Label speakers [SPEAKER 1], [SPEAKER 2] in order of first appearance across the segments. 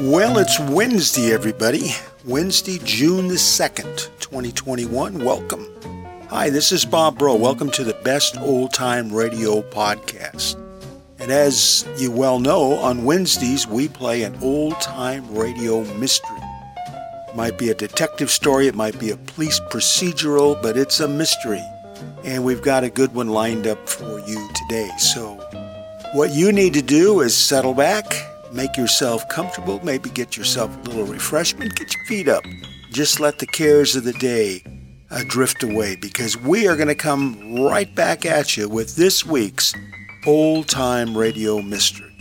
[SPEAKER 1] it's Wednesday, everybody. Wednesday, June the 2nd, 2021. Welcome. Hi, this is Bob Bro. Welcome to the Best Old Time Radio Podcast. And as you well know, on Wednesdays we play an old time radio mystery. It might be a detective story, it might be a police procedural, but it's a mystery. And we've got a good one lined up for you today. So, what you need to do is settle back, make yourself comfortable, maybe get yourself a little refreshment, get your feet up. Just let the cares of the day uh, drift away because we are going to come right back at you with this week's old time radio mystery.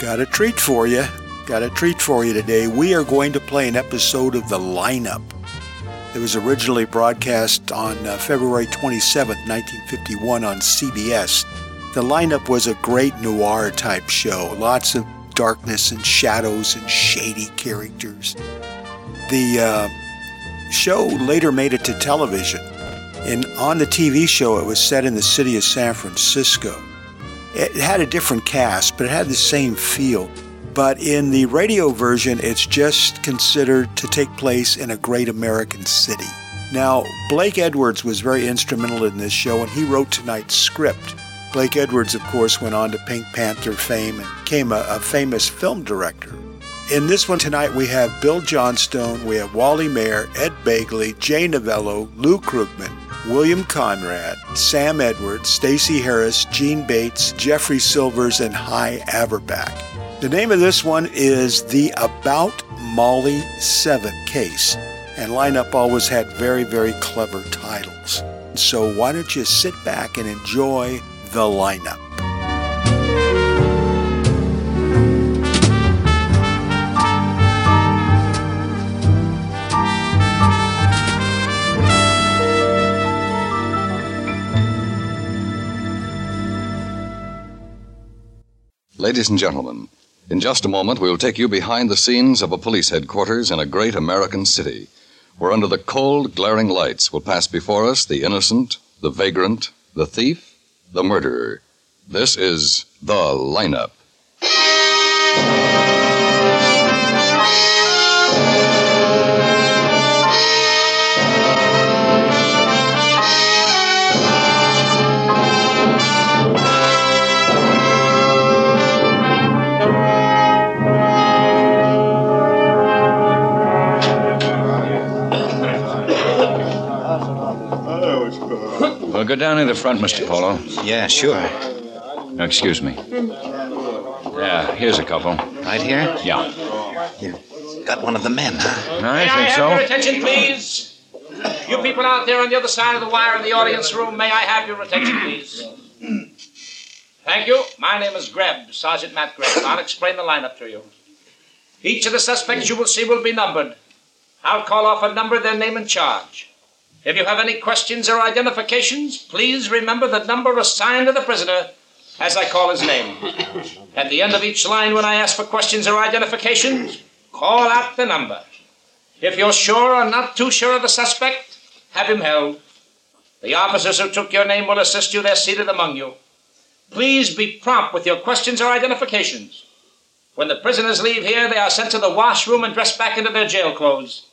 [SPEAKER 1] Got a treat for you. Got a treat for you today. We are going to play an episode of The Lineup. It was originally broadcast on uh, February 27, 1951 on CBS. The Lineup was a great noir type show. Lots of darkness and shadows and shady characters. The uh, show later made it to television. And on the TV show, it was set in the city of San Francisco it had a different cast, but it had the same feel. But in the radio version, it's just considered to take place in a great American city. Now, Blake Edwards was very instrumental in this show, and he wrote tonight's script. Blake Edwards, of course, went on to Pink Panther fame and became a, a famous film director. In this one tonight, we have Bill Johnstone, we have Wally Mayer, Ed Bagley, Jay Novello, Lou Krugman, William Conrad, Sam Edwards, Stacey Harris, Gene Bates, Jeffrey Silvers, and High Averback. The name of this one is the About Molly 7 case, and lineup always had very, very clever titles. So why don't you sit back and enjoy the lineup?
[SPEAKER 2] Ladies and gentlemen, in just a moment we'll take you behind the scenes of a police headquarters in a great American city, where under the cold, glaring lights will pass before us the innocent, the vagrant, the thief, the murderer. This is The Lineup. Well, go down in the front, Mr. Polo.
[SPEAKER 3] Yeah, sure.
[SPEAKER 2] Excuse me. Yeah, here's a couple.
[SPEAKER 3] Right here?
[SPEAKER 2] Yeah.
[SPEAKER 3] You got one of the men, huh?
[SPEAKER 2] I
[SPEAKER 4] May I
[SPEAKER 2] think
[SPEAKER 4] have your
[SPEAKER 2] so.
[SPEAKER 4] attention, please? You people out there on the other side of the wire in the audience room, may I have your attention, please? Thank you. My name is Greb, Sergeant Matt Greb. I'll explain the lineup to you. Each of the suspects you will see will be numbered. I'll call off a number, their name, and charge. If you have any questions or identifications, please remember the number assigned to the prisoner as I call his name. At the end of each line, when I ask for questions or identifications, call out the number. If you're sure or not too sure of the suspect, have him held. The officers who took your name will assist you. They're seated among you. Please be prompt with your questions or identifications. When the prisoners leave here, they are sent to the washroom and dressed back into their jail clothes.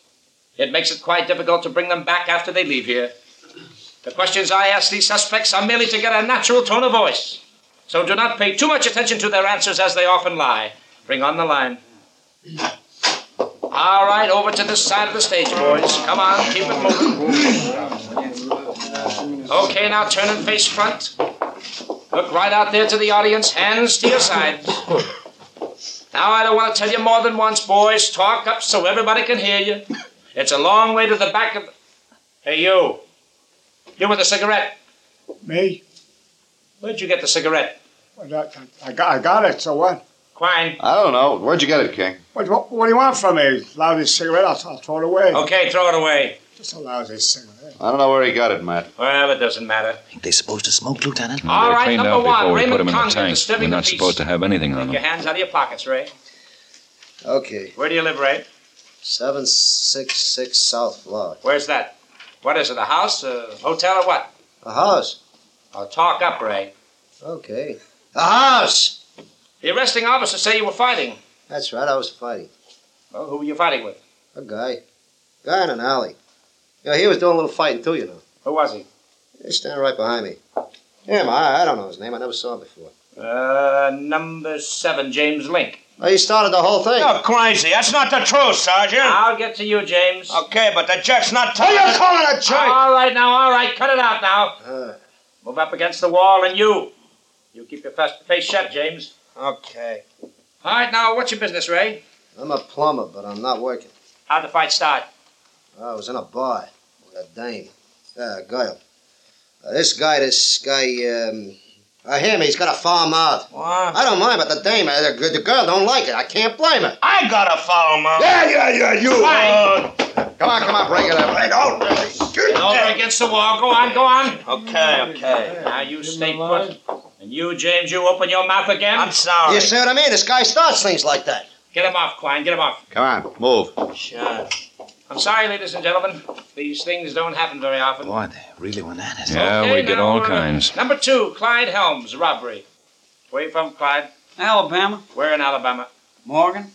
[SPEAKER 4] It makes it quite difficult to bring them back after they leave here. The questions I ask these suspects are merely to get a natural tone of voice. So do not pay too much attention to their answers as they often lie. Bring on the line. All right, over to this side of the stage, boys. Come on, keep it moving. Okay, now turn and face front. Look right out there to the audience, hands to your sides. Now, I don't want to tell you more than once, boys. Talk up so everybody can hear you. It's a long way to the back of. Hey, you. You with a cigarette.
[SPEAKER 5] Me?
[SPEAKER 4] Where'd you get the cigarette?
[SPEAKER 5] Well, that- I got, I got it, so what?
[SPEAKER 4] Quine.
[SPEAKER 6] I don't know. Where'd you get it, King?
[SPEAKER 5] What, what, what do you want from me? Lousy cigarette? I'll, I'll throw it away.
[SPEAKER 4] Okay, throw it away.
[SPEAKER 5] Just a lousy cigarette.
[SPEAKER 6] I don't know where he got it, Matt.
[SPEAKER 4] Well, it doesn't matter.
[SPEAKER 3] Think they supposed to smoke, Lieutenant?
[SPEAKER 4] All
[SPEAKER 7] They
[SPEAKER 4] right,
[SPEAKER 7] cleaned
[SPEAKER 4] number
[SPEAKER 7] out
[SPEAKER 4] one,
[SPEAKER 7] before we
[SPEAKER 4] Raymond
[SPEAKER 7] put them in the
[SPEAKER 4] Conrad,
[SPEAKER 7] tank.
[SPEAKER 4] disturbing
[SPEAKER 7] We're
[SPEAKER 4] the
[SPEAKER 7] not
[SPEAKER 4] peace.
[SPEAKER 7] supposed to have anything on
[SPEAKER 4] Take your
[SPEAKER 7] them.
[SPEAKER 4] hands out of your pockets, Ray.
[SPEAKER 8] Okay.
[SPEAKER 4] Where do you live, Ray?
[SPEAKER 8] 766 South Law.
[SPEAKER 4] Where's that? What is it, a house, a hotel, or what?
[SPEAKER 8] A house.
[SPEAKER 4] Oh, talk up, Ray.
[SPEAKER 8] Okay. A house!
[SPEAKER 4] The arresting officer say you were fighting.
[SPEAKER 8] That's right, I was fighting.
[SPEAKER 4] Well, who were you fighting with?
[SPEAKER 8] A guy. Guy in an alley. You know, he was doing a little fighting too, you know.
[SPEAKER 4] Who was he?
[SPEAKER 8] He's standing right behind me. Him, I, I don't know his name. I never saw him before.
[SPEAKER 4] Uh, number seven, James Link.
[SPEAKER 8] Oh, he started the whole thing.
[SPEAKER 9] crazy. That's not the truth, Sergeant.
[SPEAKER 4] I'll get to you, James.
[SPEAKER 9] Okay, but the jerk's not telling.
[SPEAKER 5] You're calling a joke!
[SPEAKER 4] All right, now, all right, cut it out now.
[SPEAKER 8] Uh,
[SPEAKER 4] Move up against the wall, and you. You keep your fast face shut, James.
[SPEAKER 8] okay.
[SPEAKER 4] All right, now, what's your business, Ray?
[SPEAKER 8] I'm a plumber, but I'm not working.
[SPEAKER 4] How'd the fight start?
[SPEAKER 8] I was in a bar with a dame, uh, a girl. Uh, this guy, this guy, um, uh, him, he's got a foul mouth.
[SPEAKER 9] What?
[SPEAKER 8] I don't mind, but the dame, uh, the, the girl don't like it. I can't blame her.
[SPEAKER 9] I gotta follow him out.
[SPEAKER 6] Yeah, yeah, yeah, you.
[SPEAKER 8] uh,
[SPEAKER 9] Fine.
[SPEAKER 6] Come on, come on, break it up. Right out.
[SPEAKER 4] Over against the wall. Go on, go on.
[SPEAKER 9] Okay, okay.
[SPEAKER 4] Now you stay put. And you, James, you open your mouth again.
[SPEAKER 9] I'm sorry.
[SPEAKER 8] You see what I mean? This guy starts things like that.
[SPEAKER 4] Get him off, Quine. Get him off.
[SPEAKER 6] Come on, move.
[SPEAKER 9] Sure.
[SPEAKER 4] I'm sorry, ladies and gentlemen. These things don't happen very often.
[SPEAKER 3] Boy, they really went at it.
[SPEAKER 7] Yeah,
[SPEAKER 4] Okay,
[SPEAKER 7] we get
[SPEAKER 4] now,
[SPEAKER 7] all
[SPEAKER 4] uh,
[SPEAKER 7] kinds.
[SPEAKER 4] Number two, Clyde Helms, robbery. Where you from, Clyde?
[SPEAKER 10] Alabama,
[SPEAKER 4] Where in Alabama?
[SPEAKER 10] Morgan,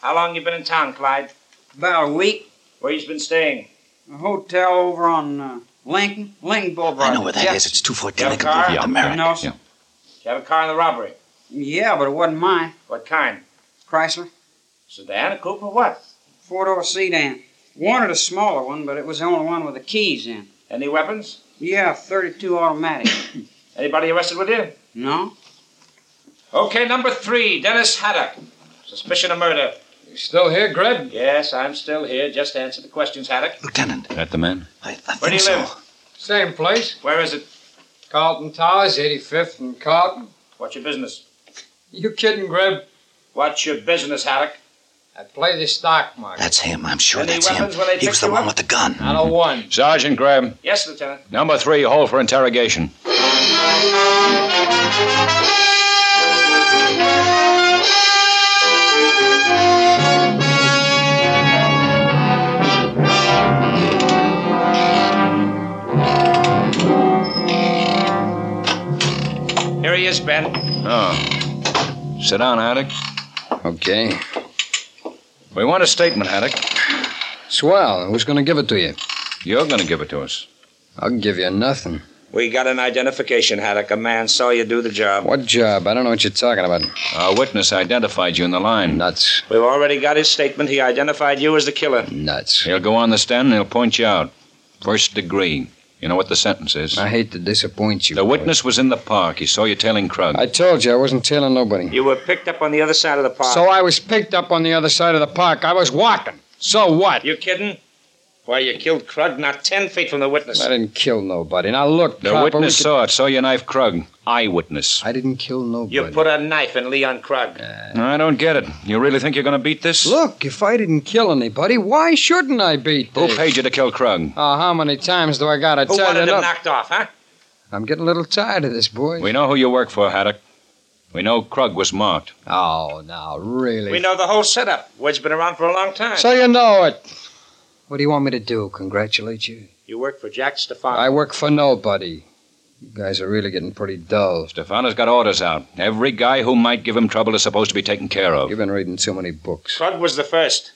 [SPEAKER 4] How long you been in town, Clyde?
[SPEAKER 10] about a week.
[SPEAKER 4] Where you been staying?
[SPEAKER 10] A hotel over on uh, Lincoln, Lincoln Boulevard.
[SPEAKER 3] I know where that is.
[SPEAKER 10] yeah.
[SPEAKER 3] It's too far
[SPEAKER 4] You have a
[SPEAKER 3] delicate to
[SPEAKER 4] car?
[SPEAKER 3] be the Merrick.
[SPEAKER 10] No,
[SPEAKER 7] Yeah.
[SPEAKER 4] Did you have a car in the robbery?
[SPEAKER 10] yeah, but it wasn't mine.
[SPEAKER 4] What kind?
[SPEAKER 10] Chrysler,
[SPEAKER 4] Sedan, a coupe, or what?
[SPEAKER 10] four door sedan. Wanted a smaller one, but it was the only one with the keys in.
[SPEAKER 4] Any weapons?
[SPEAKER 10] Yeah, 32 automatic.
[SPEAKER 4] Anybody arrested with you?
[SPEAKER 10] no?
[SPEAKER 4] Okay, number three, Dennis Haddock. Suspicion of murder.
[SPEAKER 9] You still here, Greg?
[SPEAKER 4] Yes, I'm still here. Just answer the questions, Haddock.
[SPEAKER 3] Lieutenant,
[SPEAKER 7] That the man?
[SPEAKER 3] I, I think
[SPEAKER 4] Where do you
[SPEAKER 3] so.
[SPEAKER 4] live?
[SPEAKER 9] Same place.
[SPEAKER 4] Where is it?
[SPEAKER 9] Carlton Towers, 85th and Carlton.
[SPEAKER 4] What's your business?
[SPEAKER 9] You kidding, Greg?
[SPEAKER 4] What's your business, Haddock?
[SPEAKER 9] I play the stock market.
[SPEAKER 3] That's him. I'm sure
[SPEAKER 4] Any
[SPEAKER 3] that's
[SPEAKER 4] weapons when they
[SPEAKER 3] him. He was
[SPEAKER 4] picked
[SPEAKER 3] the
[SPEAKER 4] you
[SPEAKER 3] one
[SPEAKER 4] up?
[SPEAKER 3] with the gun.
[SPEAKER 9] Not a one.
[SPEAKER 7] Sergeant Graham,
[SPEAKER 4] Yes, Lieutenant.
[SPEAKER 7] number three, hold for interrogation.
[SPEAKER 4] Here he is, Ben.
[SPEAKER 7] Oh. Sit down, Haddock.
[SPEAKER 6] Okay.
[SPEAKER 7] We want a statement, Haddock.
[SPEAKER 6] Swell. Who's going to give it to you?
[SPEAKER 7] You're going to give it to us.
[SPEAKER 6] I'll give you nothing.
[SPEAKER 4] We got an identification, Haddock. A man saw you do the job.
[SPEAKER 6] What job? I don't know what you're talking about.
[SPEAKER 7] Our witness identified you in the line.
[SPEAKER 6] Nuts.
[SPEAKER 4] We've already got his statement. He identified you as the killer.
[SPEAKER 6] Nuts.
[SPEAKER 7] He'll go on the stand and he'll point you out. First degree. You know what the sentence is.
[SPEAKER 6] I hate to disappoint you.
[SPEAKER 7] The
[SPEAKER 6] boy.
[SPEAKER 7] witness was in the park. He saw you tailing Krug.
[SPEAKER 6] I told you I wasn't tailing nobody.
[SPEAKER 4] You were picked up on the other side of the park.
[SPEAKER 6] So I was picked up on the other side of the park. I was walking. So what?
[SPEAKER 4] you kidding? Why, you killed Krug not ten feet from the witness.
[SPEAKER 6] I didn't kill nobody. Now look,
[SPEAKER 7] The
[SPEAKER 6] Copper, we
[SPEAKER 7] witness
[SPEAKER 6] could-
[SPEAKER 7] saw it. Saw your knife, Krug. Eyewitness.
[SPEAKER 6] I didn't kill nobody.
[SPEAKER 4] You put a knife in Leon Krug.
[SPEAKER 7] I don't get it. You really think you're going to beat this?
[SPEAKER 6] Look, if I didn't kill anybody, why shouldn't I beat
[SPEAKER 7] Who
[SPEAKER 6] this?
[SPEAKER 7] paid you to kill Krug?
[SPEAKER 6] Oh, how many times do I gotta
[SPEAKER 4] Who
[SPEAKER 6] tell you?
[SPEAKER 4] wanted him
[SPEAKER 6] no-
[SPEAKER 4] knocked off, huh?
[SPEAKER 6] I'm getting a little tired of this, boy.
[SPEAKER 7] We know who you work for, Haddock. We know Krug was marked.
[SPEAKER 6] Oh, now really.
[SPEAKER 4] We know the whole setup. Word's been around for a long time.
[SPEAKER 6] So you know it. What do you want me to do? Congratulate you?
[SPEAKER 4] you worked for Jack Stefan.
[SPEAKER 6] I work for nobody. You guys are really getting pretty dull.
[SPEAKER 7] Stefano's got orders out. Every guy who might give him trouble is supposed to be taken care of.
[SPEAKER 6] You've been reading too many books.
[SPEAKER 4] Krug was the first.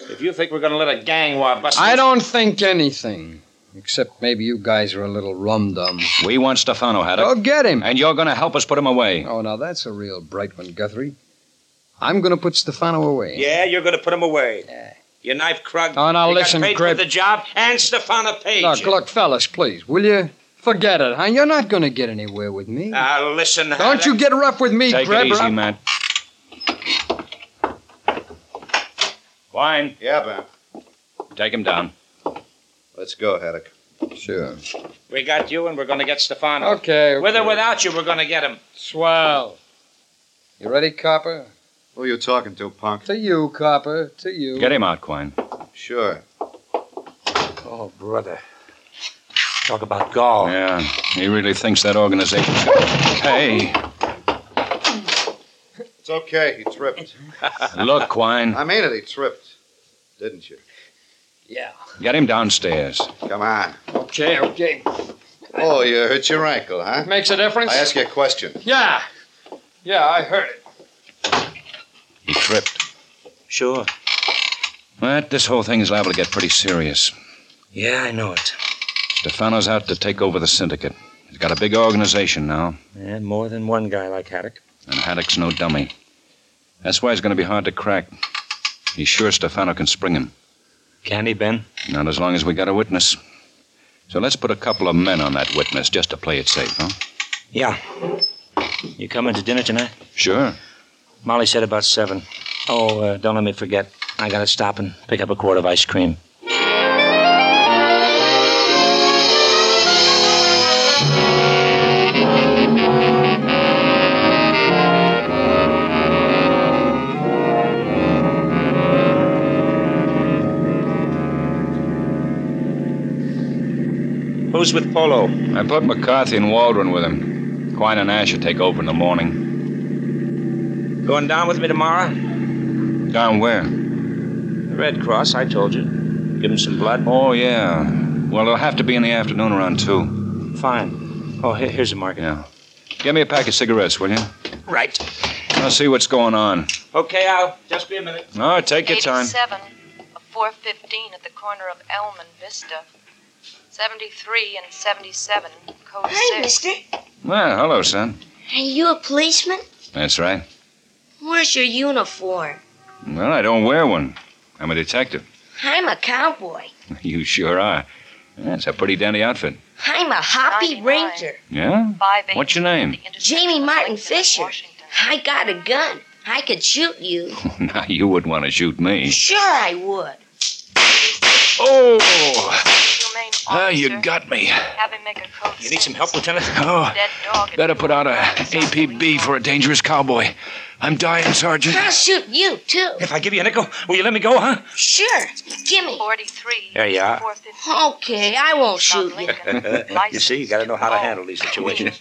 [SPEAKER 4] If you think we're going to let a gang war bust,
[SPEAKER 6] I don't think anything. Except maybe you guys are a little rum dum.
[SPEAKER 7] We want Stefano,
[SPEAKER 6] Go
[SPEAKER 7] Haddock.
[SPEAKER 6] get him.
[SPEAKER 7] And you're going to help us put him away.
[SPEAKER 6] Oh, now that's a real bright one, Guthrie. I'm going to put Stefano away.
[SPEAKER 4] Yeah, you're going to put him away.
[SPEAKER 6] Yeah.
[SPEAKER 4] You knife Krug.
[SPEAKER 6] Oh, now
[SPEAKER 4] you
[SPEAKER 6] listen,
[SPEAKER 4] got paid
[SPEAKER 6] Grip.
[SPEAKER 4] for the job, and Stefano paid
[SPEAKER 6] Look,
[SPEAKER 4] you.
[SPEAKER 6] look, fellas, please, will you? Forget it, huh? You're not going to get anywhere with me.
[SPEAKER 4] Now, listen,
[SPEAKER 6] Don't you get rough with me,
[SPEAKER 7] Take
[SPEAKER 6] Greb,
[SPEAKER 7] it
[SPEAKER 6] or
[SPEAKER 7] easy,
[SPEAKER 6] I'm-
[SPEAKER 7] Matt. Wine.
[SPEAKER 11] Yeah, Ben.
[SPEAKER 7] Take him down.
[SPEAKER 11] Let's go, Haddock.
[SPEAKER 6] Sure.
[SPEAKER 4] We got you, and we're going to get Stefano.
[SPEAKER 6] Okay,
[SPEAKER 4] With or without you, we're going to get him.
[SPEAKER 6] Swell. You ready, Copper?
[SPEAKER 11] Who are you talking to, punk?
[SPEAKER 6] To you, Copper. To you.
[SPEAKER 7] Get him out, Quine.
[SPEAKER 11] Sure.
[SPEAKER 12] Oh, brother. Talk about gall.
[SPEAKER 7] Yeah, he really thinks that organization. Hey,
[SPEAKER 11] It's okay. He tripped.
[SPEAKER 7] look, Quine.
[SPEAKER 11] I mean it. He tripped. Didn't you?
[SPEAKER 6] Yeah.
[SPEAKER 7] Get him downstairs.
[SPEAKER 11] Come on.
[SPEAKER 6] Okay, okay.
[SPEAKER 11] Oh, you hurt your ankle, huh?
[SPEAKER 9] Makes a difference?
[SPEAKER 11] I ask you a question.
[SPEAKER 9] Yeah. Yeah, I heard it.
[SPEAKER 7] He tripped.
[SPEAKER 12] Sure.
[SPEAKER 7] Matt, this whole thing is liable to get pretty serious.
[SPEAKER 12] Yeah, I know it.
[SPEAKER 7] Stefano's out to take over the syndicate. He's got a big organization now,
[SPEAKER 12] And more than one guy like Haddock.
[SPEAKER 7] and Haddock's no dummy. That's why it's going to be hard to crack. He's sure Stefano can spring him.
[SPEAKER 12] Can he, Ben?
[SPEAKER 7] Not as long as we got a witness. So let's put a couple of men on that witness just to play it safe, huh?
[SPEAKER 12] Yeah. You coming to dinner tonight?
[SPEAKER 7] Sure.
[SPEAKER 12] Molly said about seven. Oh, uh, don't let me forget. I gotta stop and pick up a quart of ice cream.
[SPEAKER 7] Who's with Polo? I put McCarthy and Waldron with him. Quine and Asher take over in the morning.
[SPEAKER 4] Going down with me tomorrow?
[SPEAKER 7] Down where?
[SPEAKER 4] The Red Cross, I told you. Give him some blood.
[SPEAKER 7] Oh, yeah. Well, it'll have to be in the afternoon around two.
[SPEAKER 12] Fine. Oh, here- here's the market.
[SPEAKER 7] Yeah. Get me a pack of cigarettes, will you?
[SPEAKER 4] Right.
[SPEAKER 7] I'll see what's going on.
[SPEAKER 4] Okay, Al. Just be a minute.
[SPEAKER 7] All right, take your time.
[SPEAKER 13] 87, a 415 at the corner of Elm and Vista. 73 and 77, code
[SPEAKER 14] Hey,
[SPEAKER 13] 6.
[SPEAKER 14] mister.
[SPEAKER 7] Well, hello, son.
[SPEAKER 14] Are you a policeman?
[SPEAKER 7] That's right.
[SPEAKER 14] Where's your uniform?
[SPEAKER 7] Well, I don't wear one. I'm a detective.
[SPEAKER 14] I'm a cowboy.
[SPEAKER 7] You sure are. That's a pretty dandy outfit.
[SPEAKER 14] I'm a hoppy ranger.
[SPEAKER 7] Yeah? What's your name?
[SPEAKER 14] Jamie Martin Fisher. I got a gun. I could shoot you.
[SPEAKER 7] now, you wouldn't want to shoot me.
[SPEAKER 14] Sure I would.
[SPEAKER 7] Oh! Ah, you got me.
[SPEAKER 12] You need some help, Lieutenant?
[SPEAKER 7] Oh,
[SPEAKER 12] Dead dog.
[SPEAKER 7] better put out a APB for a dangerous cowboy. I'm dying, Sergeant.
[SPEAKER 14] I'll shoot you, too.
[SPEAKER 12] If I give you a nickel, will you let me go, huh?
[SPEAKER 14] Sure. Gimme. 43.
[SPEAKER 12] There you are.
[SPEAKER 14] Okay, I won't shoot you.
[SPEAKER 12] you see, you gotta know how to handle these situations.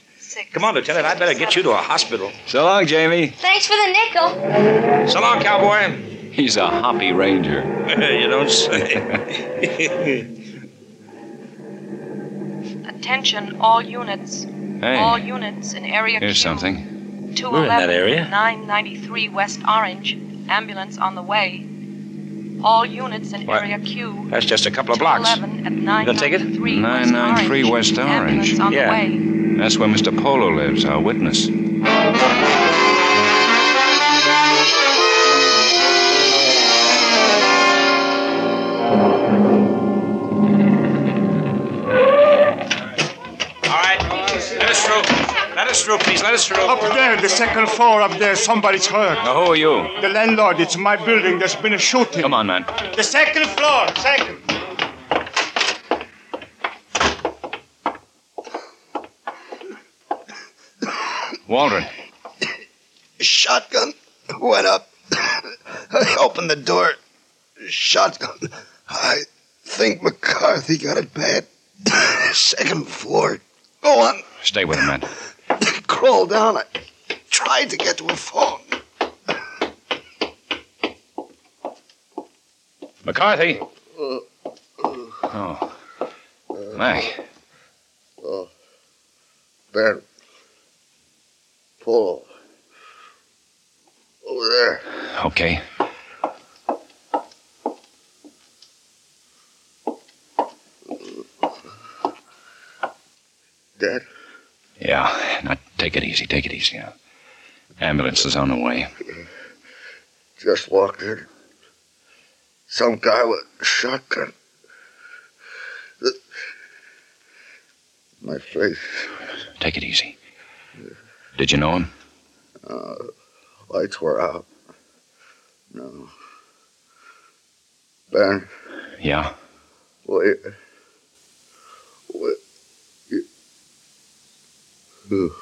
[SPEAKER 12] Come on, Lieutenant, I better get you to a hospital.
[SPEAKER 7] So long, Jamie.
[SPEAKER 14] Thanks for the nickel.
[SPEAKER 12] So long, cowboy.
[SPEAKER 7] He's a hoppy ranger.
[SPEAKER 12] you don't say.
[SPEAKER 13] Attention, all units.
[SPEAKER 7] Hey.
[SPEAKER 13] All units in area
[SPEAKER 7] Here's something.
[SPEAKER 13] 211.
[SPEAKER 7] We're in that area.
[SPEAKER 13] 993 West Orange. Ambulance on the way. All units in
[SPEAKER 7] What?
[SPEAKER 13] area Q.
[SPEAKER 12] That's just a couple of blocks.
[SPEAKER 13] 11 at 9.
[SPEAKER 12] You gonna take it?
[SPEAKER 7] 993 West Orange.
[SPEAKER 13] Ambulance on the way.
[SPEAKER 7] That's where Mr. Polo lives, our witness.
[SPEAKER 4] All right. Let us through. Let us through, please. Let us through.
[SPEAKER 5] Up there, the second floor up there, somebody's hurt.
[SPEAKER 7] Now, who are you?
[SPEAKER 5] The landlord, it's my building. There's been a shooting. Come
[SPEAKER 7] on, man.
[SPEAKER 5] The second floor, second.
[SPEAKER 7] Waldron.
[SPEAKER 3] Shotgun went up. I opened the door. Shotgun. I think McCarthy got it bad. Second floor. Go on.
[SPEAKER 7] Stay with him, man.
[SPEAKER 3] Crawl down. I tried to get to a phone.
[SPEAKER 7] McCarthy. Oh. Mac.
[SPEAKER 8] Oh. Ben. Polo. Over there.
[SPEAKER 7] Okay.
[SPEAKER 8] Dead?
[SPEAKER 7] Yeah. Now, take it easy. Take it easy. Now. Ambulance is on the way.
[SPEAKER 8] Just walked in. Some guy with a shotgun. The-
[SPEAKER 3] my face.
[SPEAKER 7] Take it easy. Did you know him?
[SPEAKER 3] Uh, lights were out. No. Ben,
[SPEAKER 7] Yeah.
[SPEAKER 3] wait. What? You... Ugh.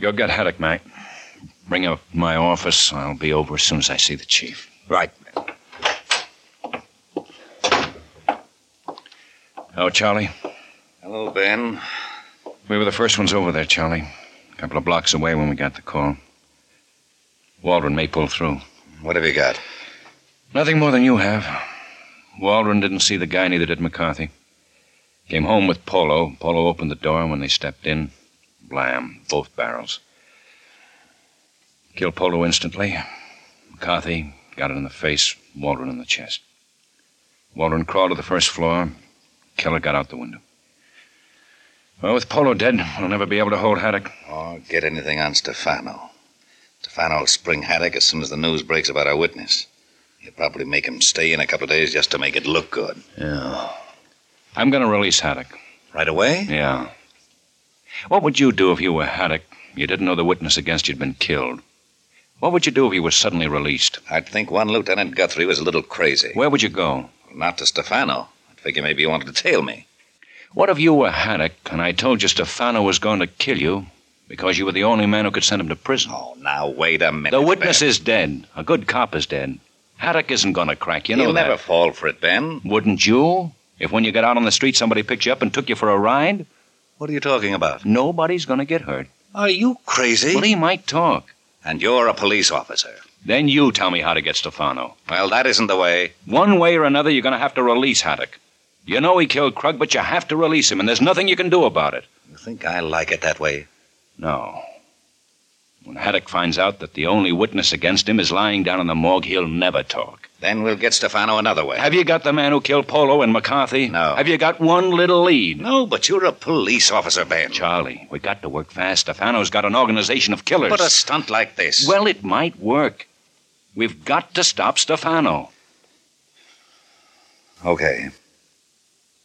[SPEAKER 7] Go get Haddock, Mac. Bring up my office. I'll be over as soon as I see the chief. Right. Oh, Charlie.
[SPEAKER 2] Hello, Ben.
[SPEAKER 7] We were the first ones over there, Charlie. A couple of blocks away when we got the call. Waldron may pull through.
[SPEAKER 2] What have you got?
[SPEAKER 7] Nothing more than you have. Waldron didn't see the guy, neither did McCarthy. Came home with Polo. Polo opened the door, and when they stepped in, blam, both barrels. Killed Polo instantly. McCarthy got it in the face, Waldron in the chest. Waldron crawled to the first floor. Keller got out the window. Well, with Polo dead, we'll never be able to hold Haddock.
[SPEAKER 2] Or get anything on Stefano. Stefano will spring Haddock as soon as the news breaks about our witness. He'll probably make him stay in a couple of days just to make it look good.
[SPEAKER 7] Yeah. I'm going to release Haddock.
[SPEAKER 2] Right away?
[SPEAKER 7] Yeah. What would you do if you were Haddock? You didn't know the witness against you'd been killed. What would you do if you were suddenly released?
[SPEAKER 2] I'd think one Lieutenant Guthrie was a little crazy.
[SPEAKER 7] Where would you go?
[SPEAKER 2] Not to Stefano. I figure maybe he wanted to tail me.
[SPEAKER 7] What if you were Haddock and I told you Stefano was going to kill you because you were the only man who could send him to prison? Oh,
[SPEAKER 2] now wait a minute.
[SPEAKER 7] The witness is dead. A good cop is dead. Haddock isn't going to crack. You know
[SPEAKER 2] He'll
[SPEAKER 7] that.
[SPEAKER 2] never fall for it, Ben.
[SPEAKER 7] Wouldn't you? If when you got out on the street somebody picked you up and took you for a ride?
[SPEAKER 2] What are you talking about?
[SPEAKER 7] Nobody's going to get hurt.
[SPEAKER 2] Are you crazy?
[SPEAKER 7] Well, he might talk.
[SPEAKER 2] And you're a police officer.
[SPEAKER 7] Then you tell me how to get Stefano.
[SPEAKER 2] Well, that isn't the way.
[SPEAKER 7] One way or another, you're going to have to release Haddock. You know he killed Krug, but you have to release him, and there's nothing you can do about it.
[SPEAKER 2] You think I like it that way?
[SPEAKER 7] No. When Haddock finds out that the only witness against him is lying down in the morgue, he'll never talk.
[SPEAKER 2] Then we'll get Stefano another way.
[SPEAKER 7] Have you got the man who killed Polo and McCarthy? No. Have you got one little lead?
[SPEAKER 2] No, but you're a police officer, Ben.
[SPEAKER 7] Charlie, we got to work fast. Stefano's got an organization of killers.
[SPEAKER 2] But a stunt like this.
[SPEAKER 7] Well, it might work. We've got to stop Stefano.
[SPEAKER 2] Okay.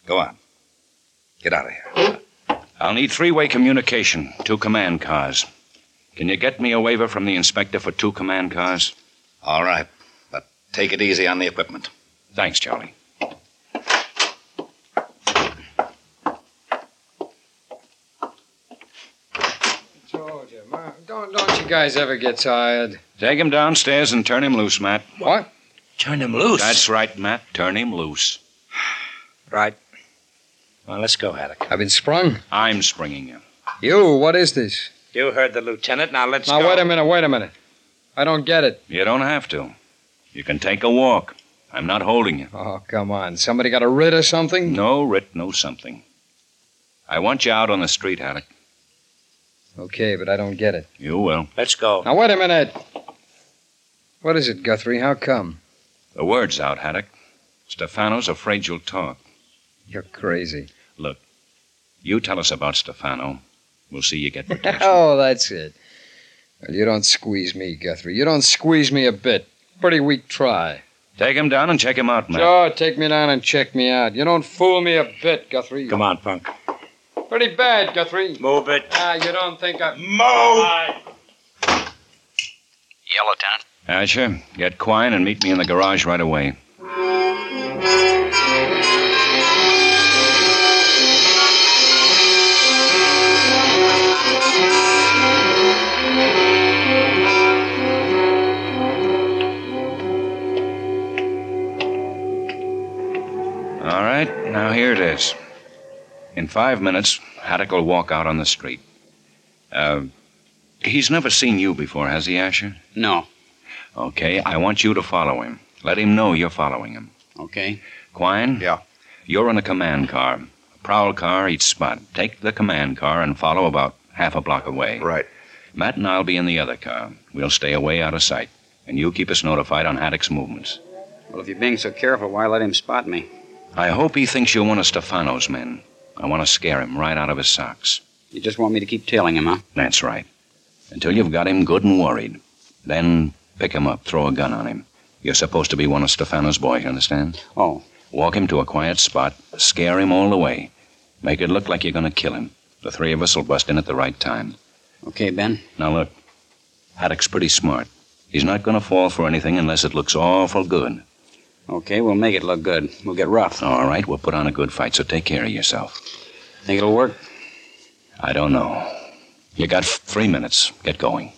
[SPEAKER 2] Go on. Get out of here.
[SPEAKER 7] I'll need three way communication, two command cars. Can you get me a waiver from the inspector for two command cars?
[SPEAKER 2] All right. But take it easy on the equipment.
[SPEAKER 7] Thanks, Charlie.
[SPEAKER 6] Told you, Ma. Don't, don't you guys ever get tired?
[SPEAKER 7] Take him downstairs and turn him loose, Matt.
[SPEAKER 6] What?
[SPEAKER 12] Turn him loose.
[SPEAKER 7] That's right, Matt. Turn him loose.
[SPEAKER 12] Right. Well, let's go, Haddock.
[SPEAKER 6] I've been sprung.
[SPEAKER 7] I'm springing you.
[SPEAKER 6] You, what is this?
[SPEAKER 12] You heard the lieutenant. Now let's
[SPEAKER 6] now,
[SPEAKER 12] go.
[SPEAKER 6] wait a minute, wait a minute. I don't get it.
[SPEAKER 7] You don't have to. You can take a walk. I'm not holding you.
[SPEAKER 6] Oh, come on. Somebody got a writ or something?
[SPEAKER 7] No writ, no something. I want you out on the street, Haddock.
[SPEAKER 6] Okay, but I don't get it.
[SPEAKER 7] You will.
[SPEAKER 12] Let's go.
[SPEAKER 6] Now, wait a minute. What is it, Guthrie? How come?
[SPEAKER 7] The word's out, Haddock. Stefano's afraid you'll talk.
[SPEAKER 6] You're crazy.
[SPEAKER 7] You tell us about Stefano. We'll see you get protection.
[SPEAKER 6] oh, that's it. Well, you don't squeeze me, Guthrie. You don't squeeze me a bit. Pretty weak try.
[SPEAKER 7] Take him down and check him out, Matt.
[SPEAKER 6] Sure, take me down and check me out. You don't fool me a bit, Guthrie.
[SPEAKER 12] Come on, Punk.
[SPEAKER 6] Pretty bad, Guthrie.
[SPEAKER 12] Move it.
[SPEAKER 6] Ah, you don't think I.
[SPEAKER 9] Mo!
[SPEAKER 15] Yeah, Lieutenant.
[SPEAKER 7] Asher, get Quine and meet me in the garage right away. All right, now here it is. In five minutes, Haddock will walk out on the street. Uh, he's never seen you before, has he, Asher?
[SPEAKER 15] No.
[SPEAKER 7] Okay, I want you to follow him. Let him know you're following him.
[SPEAKER 15] Okay.
[SPEAKER 7] Quine? Yeah. You're in a command car. A prowl car each spot. Take the command car and follow about half a block away.
[SPEAKER 11] Right.
[SPEAKER 7] Matt and I'll be in the other car. We'll stay away out of sight. And you keep us notified on Haddock's movements.
[SPEAKER 10] Well, if you're being so careful, why let him spot me?
[SPEAKER 7] I hope he thinks you're one of Stefano's men. I want to scare him right out of his socks.
[SPEAKER 10] You just want me to keep tailing him, huh?
[SPEAKER 7] That's right. Until you've got him good and worried. Then pick him up, throw a gun on him. You're supposed to be one of Stefano's boys, you understand?
[SPEAKER 10] Oh.
[SPEAKER 7] Walk him to a quiet spot, scare him all the way. Make it look like you're going to kill him. The three of us will bust in at the right time.
[SPEAKER 10] Okay, Ben.
[SPEAKER 7] Now look, Haddock's pretty smart. He's not going to fall for anything unless it looks awful good.
[SPEAKER 10] Okay, we'll make it look good. We'll get rough.
[SPEAKER 7] All right, we'll put on a good fight, so take care of yourself.
[SPEAKER 10] Think it'll work?
[SPEAKER 7] I don't know. You got f- three minutes. Get going.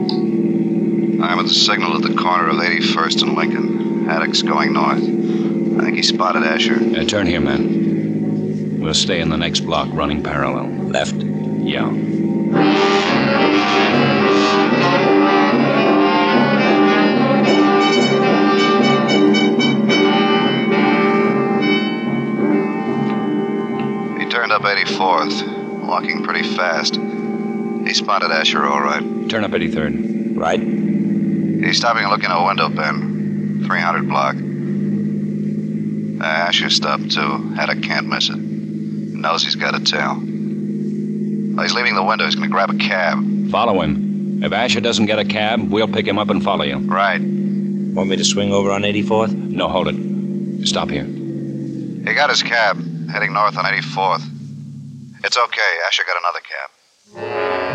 [SPEAKER 3] I'm at the signal at the corner of 81st and Lincoln. Haddock's going north. I think he spotted Asher.
[SPEAKER 7] Uh, turn here, man. We'll stay in the next block running parallel. Left? Yeah.
[SPEAKER 3] He turned up 84th, walking pretty fast. He spotted Asher all right.
[SPEAKER 7] Turn up 83rd. Right.
[SPEAKER 3] He's stopping and looking out a window, Ben. 300 block. Uh, Asher stopped too. Haddock can't miss it. Knows he's got a tail. Well, he's leaving the window. He's going to grab a cab.
[SPEAKER 7] Follow him. If Asher doesn't get a cab, we'll pick him up and follow you.
[SPEAKER 3] Right.
[SPEAKER 7] Want me to swing over on 84th? No, hold it. Stop here.
[SPEAKER 3] He got his cab, heading north on 84th. It's okay. Asher got another cab.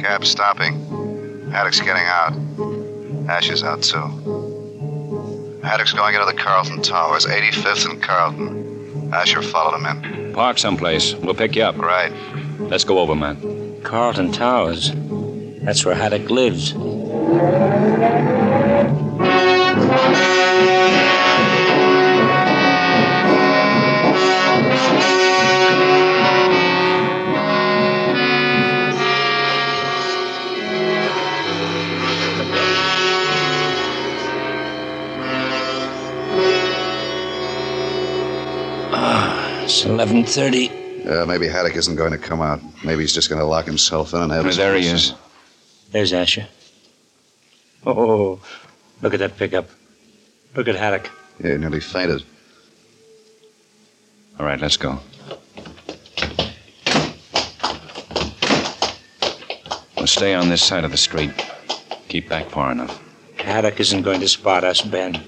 [SPEAKER 3] Cab stopping. Haddock's getting out. Asher's out too. Haddock's going into the Carlton Towers, 85th and Carlton. Asher followed him in.
[SPEAKER 7] Park someplace. We'll pick you up.
[SPEAKER 3] Right.
[SPEAKER 7] Let's go over, man.
[SPEAKER 4] Carlton Towers. That's where Haddock lives.
[SPEAKER 3] It's 11:30. Uh, maybe Haddock isn't going to come out. Maybe he's just going to lock himself in and have. his
[SPEAKER 4] There he
[SPEAKER 3] horses.
[SPEAKER 4] There's Asher. Oh, look at that pickup. Look at Haddock.
[SPEAKER 3] Yeah, he nearly fainted.
[SPEAKER 16] Uh.
[SPEAKER 7] All right, let's go. We'll stay on this side of the street. Keep back far enough.
[SPEAKER 4] Haddock isn't going to spot us, Ben.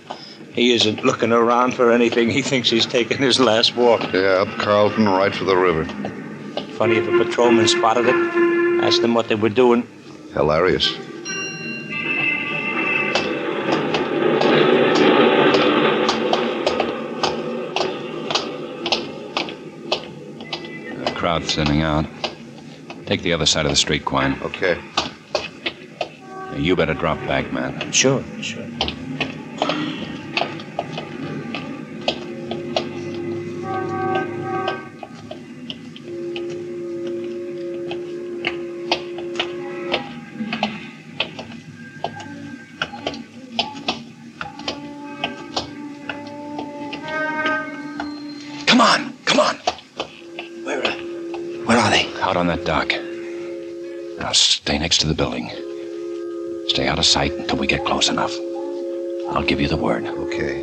[SPEAKER 4] He isn't looking around for anything. He thinks he's taking his last walk.
[SPEAKER 17] Yeah, up Carlton, right for the river.
[SPEAKER 4] Funny if a patrolman spotted it, asked them what they were doing.
[SPEAKER 17] Hilarious.
[SPEAKER 7] The crowd thinning out. Take the other side of the street, Quine.
[SPEAKER 17] Okay.
[SPEAKER 7] You better drop back, man.
[SPEAKER 4] Sure, sure.
[SPEAKER 7] Come on, come on.
[SPEAKER 4] Where,
[SPEAKER 7] Where are they? Out on that dock. Now stay next to the building. Stay out of sight until we get close enough. I'll give you the word.
[SPEAKER 17] Okay.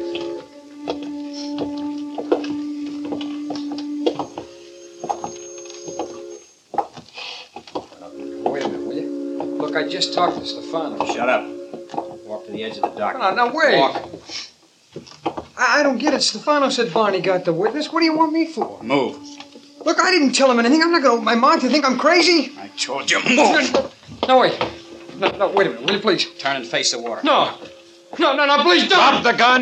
[SPEAKER 6] Wait a minute, will you? Look, I just talked to Stefano.
[SPEAKER 10] Shut up. Walk to the edge of the dock.
[SPEAKER 6] No, no, wait.
[SPEAKER 10] Walk.
[SPEAKER 6] I, I don't get it. Stefano said Barney got the witness. What do you want me for?
[SPEAKER 10] Move.
[SPEAKER 6] Look, I didn't tell him anything. I'm not going to open my mouth. You think I'm crazy?
[SPEAKER 10] I told you,
[SPEAKER 6] No, wait. No, no, wait a minute, will you please?
[SPEAKER 10] Turn and face the water.
[SPEAKER 6] No. No, no, no, please don't. Drop the gun.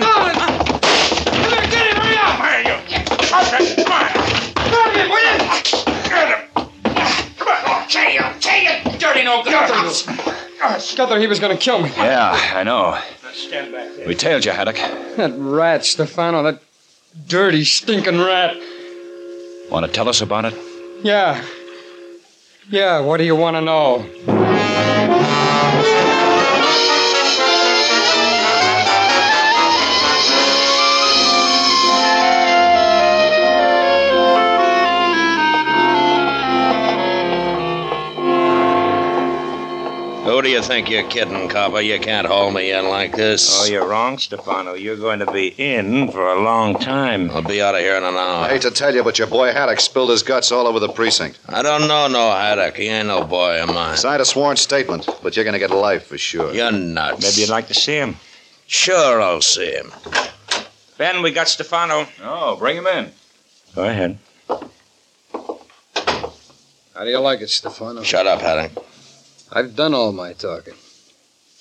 [SPEAKER 18] Okay, okay, you dirty no good.
[SPEAKER 6] Ah, Scuther, he was going to kill me.
[SPEAKER 7] Yeah, I know.
[SPEAKER 18] Stand back.
[SPEAKER 7] We tailed you, Haddock.
[SPEAKER 6] That rat, Stefano, that dirty, stinking rat.
[SPEAKER 7] Want to tell us about it?
[SPEAKER 6] Yeah.
[SPEAKER 9] Yeah, what do you want to know?
[SPEAKER 16] Who do you think you're kidding, copper? You can't hold me in like this.
[SPEAKER 12] Oh, you're wrong, Stefano. You're going to be in for a long time.
[SPEAKER 16] I'll be out of here in an hour.
[SPEAKER 11] I hate to tell you, but your boy Haddock spilled his guts all over the precinct.
[SPEAKER 16] I don't know no Haddock. He ain't no boy of mine.
[SPEAKER 11] Signed a sworn statement, but you're going to get life for sure.
[SPEAKER 16] You're nuts.
[SPEAKER 12] Maybe you'd like to see him.
[SPEAKER 16] Sure, I'll see him.
[SPEAKER 12] Ben, we got Stefano.
[SPEAKER 19] Oh, bring him in.
[SPEAKER 12] Go ahead.
[SPEAKER 6] How do you like it, Stefano?
[SPEAKER 16] Shut up, Haddock.
[SPEAKER 6] I've done all my talking.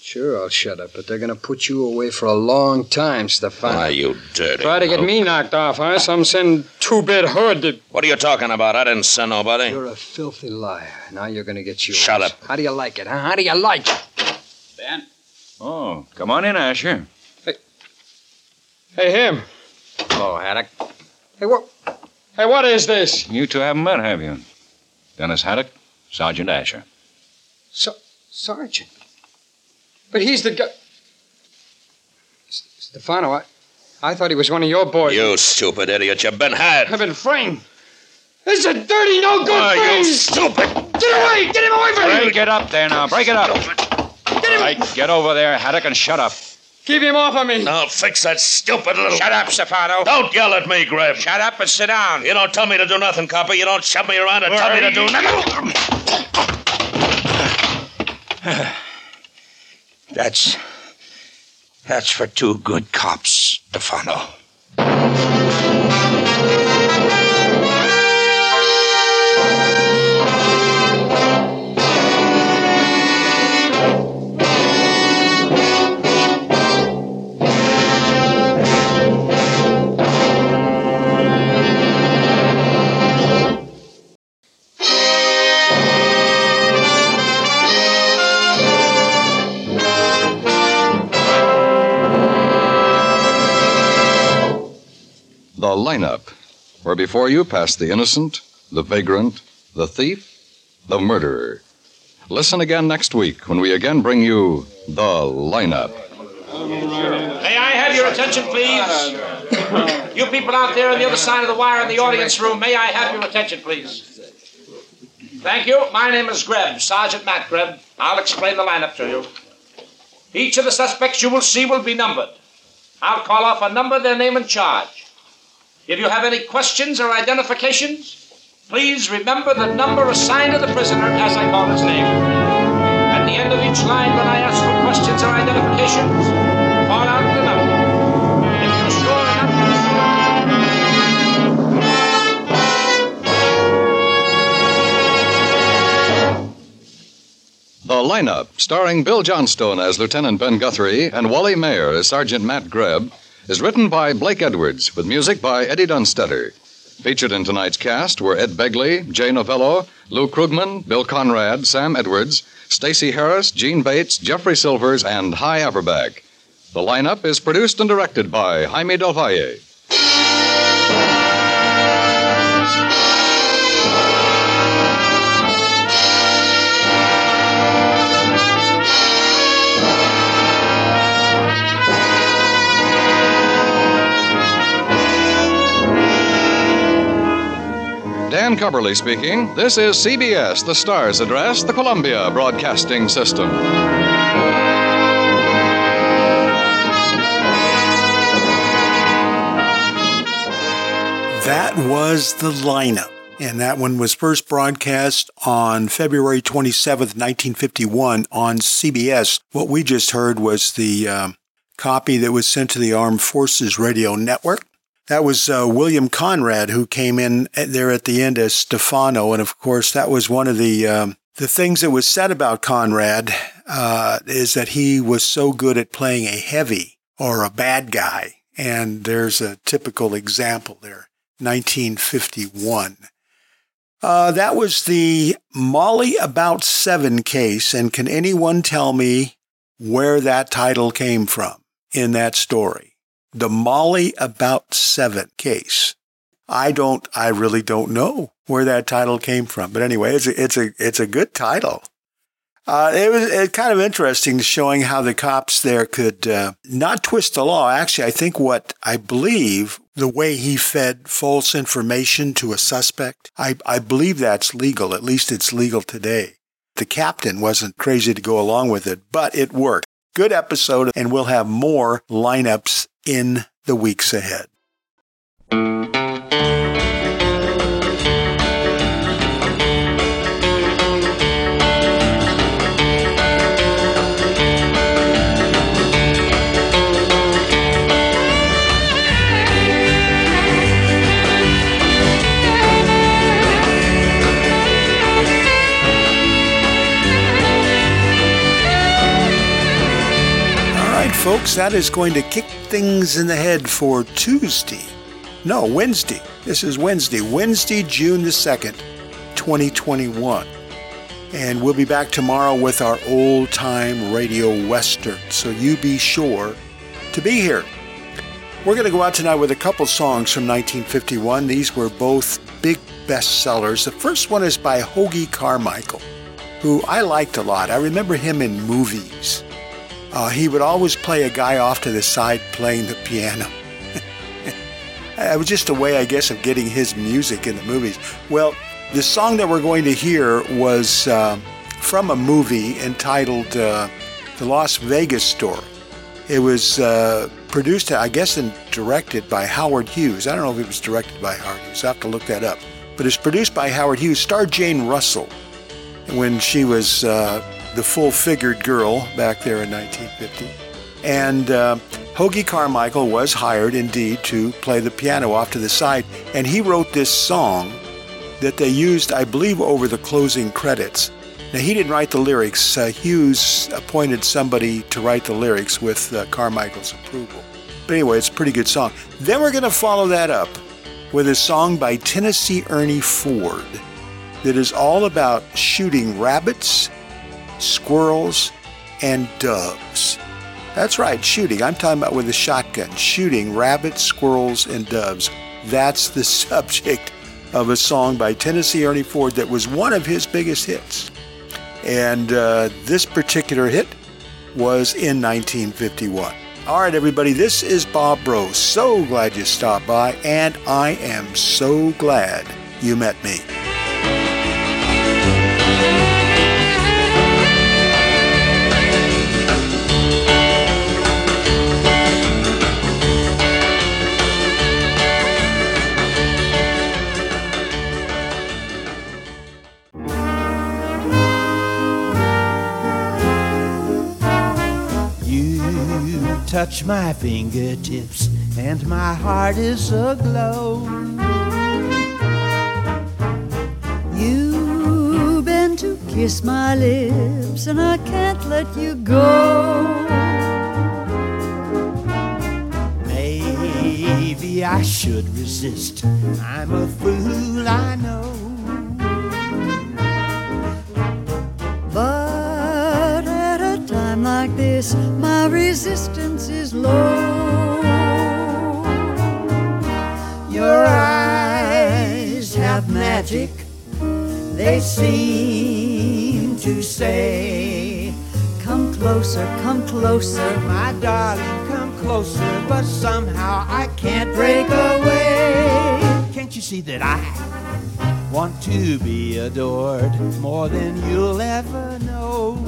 [SPEAKER 6] Sure, I'll shut up, but they're going to put you away for a long time, Stefano.
[SPEAKER 16] Why, Ah, you dirty.
[SPEAKER 9] Try to get
[SPEAKER 16] lout.
[SPEAKER 9] me knocked off, huh? Some sin two-bit hood. that-
[SPEAKER 16] What are you talking about? I didn't send nobody.
[SPEAKER 6] You're a filthy liar. Now you're going to get yours.
[SPEAKER 16] Shut up.
[SPEAKER 6] How do you like it, huh? How do you like it?
[SPEAKER 15] Ben?
[SPEAKER 7] Oh, come on in, Asher.
[SPEAKER 9] Hey, him.
[SPEAKER 15] Hello, Haddock.
[SPEAKER 9] Hey, what? Hey, what is this?
[SPEAKER 7] You two haven't met, have you? Dennis Haddock, Sergeant Asher.
[SPEAKER 9] So, Sergeant. But he's the guy. S- Stefano, I, I thought he was one of your boys.
[SPEAKER 16] You stupid idiot. You've been had.
[SPEAKER 9] I've been framed. This is a dirty, no good
[SPEAKER 16] Why, you
[SPEAKER 9] thing.
[SPEAKER 16] stupid.
[SPEAKER 9] Get away! Get him away from me!
[SPEAKER 7] Break it up there now. Break it up. All right, get over there, Haddock, and shut up.
[SPEAKER 9] Keep him off of me.
[SPEAKER 16] Now fix that stupid little.
[SPEAKER 12] Shut up, Stefano.
[SPEAKER 16] Don't yell at me, Greb.
[SPEAKER 12] Shut up and sit down.
[SPEAKER 16] You don't tell me to do nothing, copper. You don't shove me around and tell me to do nothing.
[SPEAKER 12] That's. That's for two good cops, Stefano.
[SPEAKER 2] The lineup,
[SPEAKER 16] where before you pass the innocent, the vagrant, the thief, the murderer. Listen again next week when we again bring you The Lineup.
[SPEAKER 4] May I have your attention, please? You people out there on the other side of the wire in the audience room, may I have your attention, please? Thank you. My name is Greb, Sergeant Matt Greb. I'll explain the lineup to you. Each of the suspects you will see will be numbered. I'll call off a number, their name, and charge. If you have any questions or identifications, please remember the number assigned to the prisoner as I call his name. At the end of each line, when I ask for questions or identifications, call out the number. If you're sure enough,
[SPEAKER 2] The lineup,
[SPEAKER 16] starring Bill Johnstone as Lieutenant Ben Guthrie and Wally Mayer as Sergeant Matt Greb, is written by Blake Edwards with music by Eddie Dunstetter. Featured in tonight's cast were Ed Begley, Jay Novello, Lou Krugman, Bill Conrad, Sam Edwards, Stacy Harris, Gene Bates, Jeffrey Silvers, and High Averback. The lineup is produced and directed by Jaime Del Valle. Dan Coverly speaking. This is CBS, the Stars Address, the Columbia Broadcasting System.
[SPEAKER 1] That was the lineup. And that one was first broadcast on February 27th, 1951 on CBS. What we just heard was the um, copy that was sent to the Armed Forces Radio Network. That was uh, William Conrad who came in at- there at the end as Stefano. And of course, that was one of the, um, the things that was said about Conrad uh, is that he was so good at playing a heavy or a bad guy. And there's a typical example there. 1951. Uh, that was the Molly About Seven case. And can anyone tell me where that title came from in that story? The Molly About Seven case. I don't, I really don't know. where that title came from. But anyway, it's a, it's a it's a good title. Uh, it was it kind of interesting, showing how the cops there could uh, not twist the law. Actually, I think what I believe the way he fed false information to a suspect, I, I believe that's legal. At least it's legal today. The captain wasn't crazy to go along with it, but it worked. Good episode, and we'll have more lineups in the weeks ahead. folks, that is going to kick things in the head for Tuesday. No, Wednesday. This is Wednesday, Wednesday, June the 2nd, 2021. And we'll be back tomorrow with our old time radio western, so you be sure to be here. We're going to go out tonight with a couple songs from 1951. These were both big bestsellers. The first one is by Hoagie Carmichael, who I liked a lot. I remember him in movies. Uh, he would always play a guy off to the side playing the piano. it was just a way, I guess, of getting his music in the movies. Well, the song that we're going to hear was uh, from a movie entitled uh, The Las Vegas Story. It was uh, produced, I guess, and directed by Howard Hughes. I don't know if it was directed by Howard Hughes. I have to look that up. But it's produced by Howard Hughes, starred Jane Russell when she was uh, the full figured girl back there in 1950. And uh, Hoagie Carmichael was hired indeed to play the piano off to the side, and he wrote this song that they used, I believe, over the closing credits. Now, he didn't write the lyrics. Uh, Hughes appointed somebody to write the lyrics with uh, Carmichael's approval. But anyway, it's a pretty good song. Then we're going to follow that up with a song by Tennessee Ernie Ford that is all about shooting rabbits squirrels, and doves. That's right, shooting. I'm talking about with a shotgun, shooting rabbits, squirrels, and doves. That's the subject of a song by Tennessee Ernie Ford that was one of his biggest hits. And uh, this particular hit was in 1951. All right, everybody, this is Bob Bro. So glad you stopped by, and I am so glad you met me.
[SPEAKER 19] touch my fingertips and my heart is aglow.
[SPEAKER 20] You've been to kiss my lips and I can't let you go.
[SPEAKER 19] Maybe I should resist. I'm a fool, I know.
[SPEAKER 20] like this, my resistance is low. Your eyes have magic, they seem to say, Come closer, come closer,
[SPEAKER 19] my darling, come closer, but somehow I can't break away. Can't you see that I want to be adored more than you'll ever know?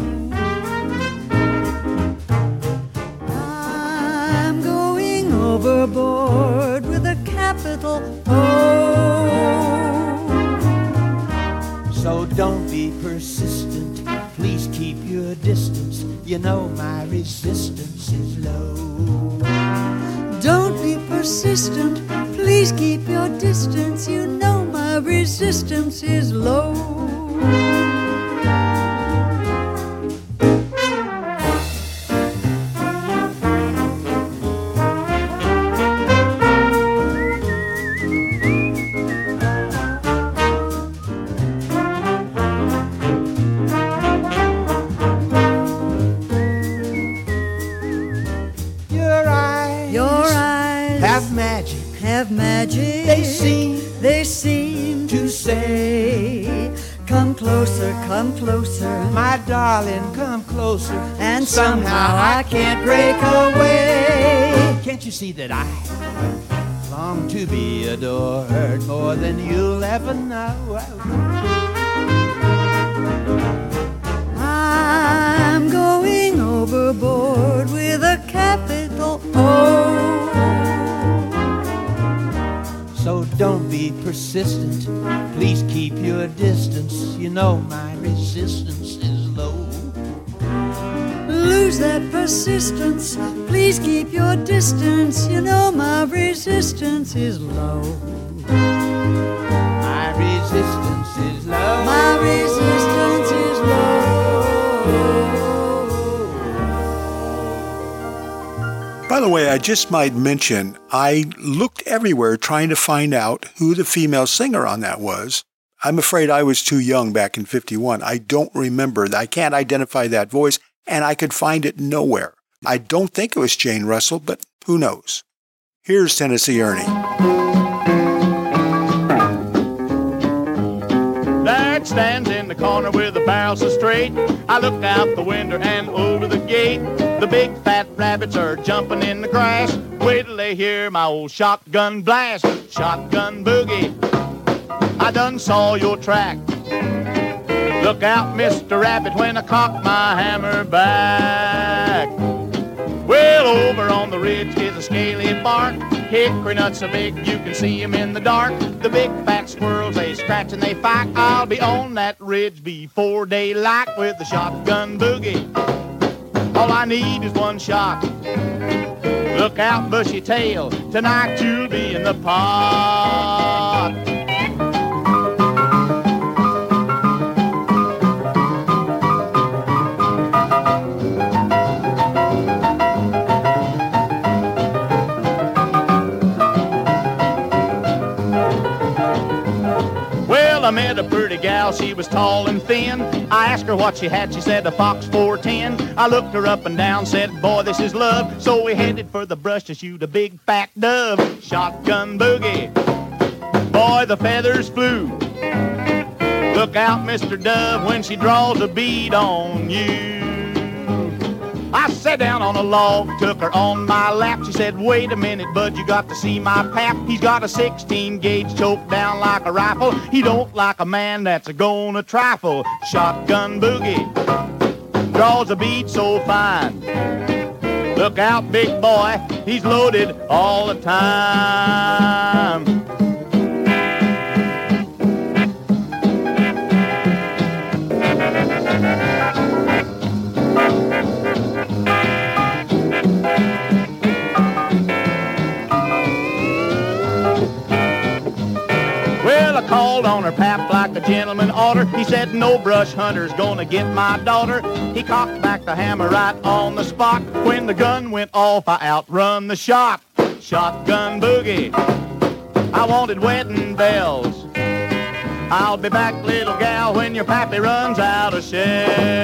[SPEAKER 20] overboard with a capital O.
[SPEAKER 19] So don't be persistent. Please keep your distance. You know my resistance is low.
[SPEAKER 20] Don't be persistent. Please keep your distance. You know my resistance is low.
[SPEAKER 19] have magic.
[SPEAKER 20] Have magic.
[SPEAKER 19] They seem,
[SPEAKER 20] they seem
[SPEAKER 19] to say.
[SPEAKER 20] come closer.
[SPEAKER 19] My darling, come closer.
[SPEAKER 20] And somehow I can't break away.
[SPEAKER 19] Can't you see that I long to be adored more than you'll ever know?
[SPEAKER 20] I'm going overboard with a capital O.
[SPEAKER 19] So don't be persistent. Please keep your distance. You know my resistance is low.
[SPEAKER 20] Lose that persistence. Please keep your distance. You know my resistance is low.
[SPEAKER 19] My resistance is low.
[SPEAKER 20] My resistance is low.
[SPEAKER 1] By the way, I just might mention I looked everywhere trying to find out who the female singer on that was. I'm afraid I was too young back in 51. I don't remember. I can't identify that voice, and I could find it nowhere. I don't think it was Jane Russell, but who knows? Here's Tennessee Ernie.
[SPEAKER 21] Dad stands in the corner with a barrel so straight. I look out the window and over the gate. The big fat rabbits are jumping in the grass. Wait till they hear my old shotgun blast. Shotgun boogie, I done saw your track. Look out, Mr. Rabbit, when I cock my hammer back. Well, over on the ridge is a scaly bark. Hickory nuts are big, you can see 'em in the dark. The big fat squirrels, they scratch and they fight. I'll be on that ridge before daylight with a shotgun boogie. All I need is one shot. Look out, bushy tail, tonight you'll be in the pot. Well, I met a pretty gal, she was tall and thin. I asked her what she had, she said a Fox 410. I looked her up and down, said, boy, this is love. So we headed for the brush to shoot a big fat dove. Shotgun boogie, boy, the feathers flew. Look out, Mr. Dove, when she draws a bead on you. I sat down on a log, took her on my lap. She said, wait a minute, bud, you got to see my pap. He's got a 16 gauge choked down like a rifle. He don't like a man that's a gonna trifle. Shotgun boogie draws a bead so fine. Look out, big boy, he's loaded all the time. Well, I called on her pap like a gentleman oughter. He said, no brush hunter's gonna get my daughter. He cocked back the hammer right on the spot. When the gun went off, I outrun the shot. Shotgun boogie. I wanted wedding bells. I'll be back, little gal, when your pappy runs out of shell.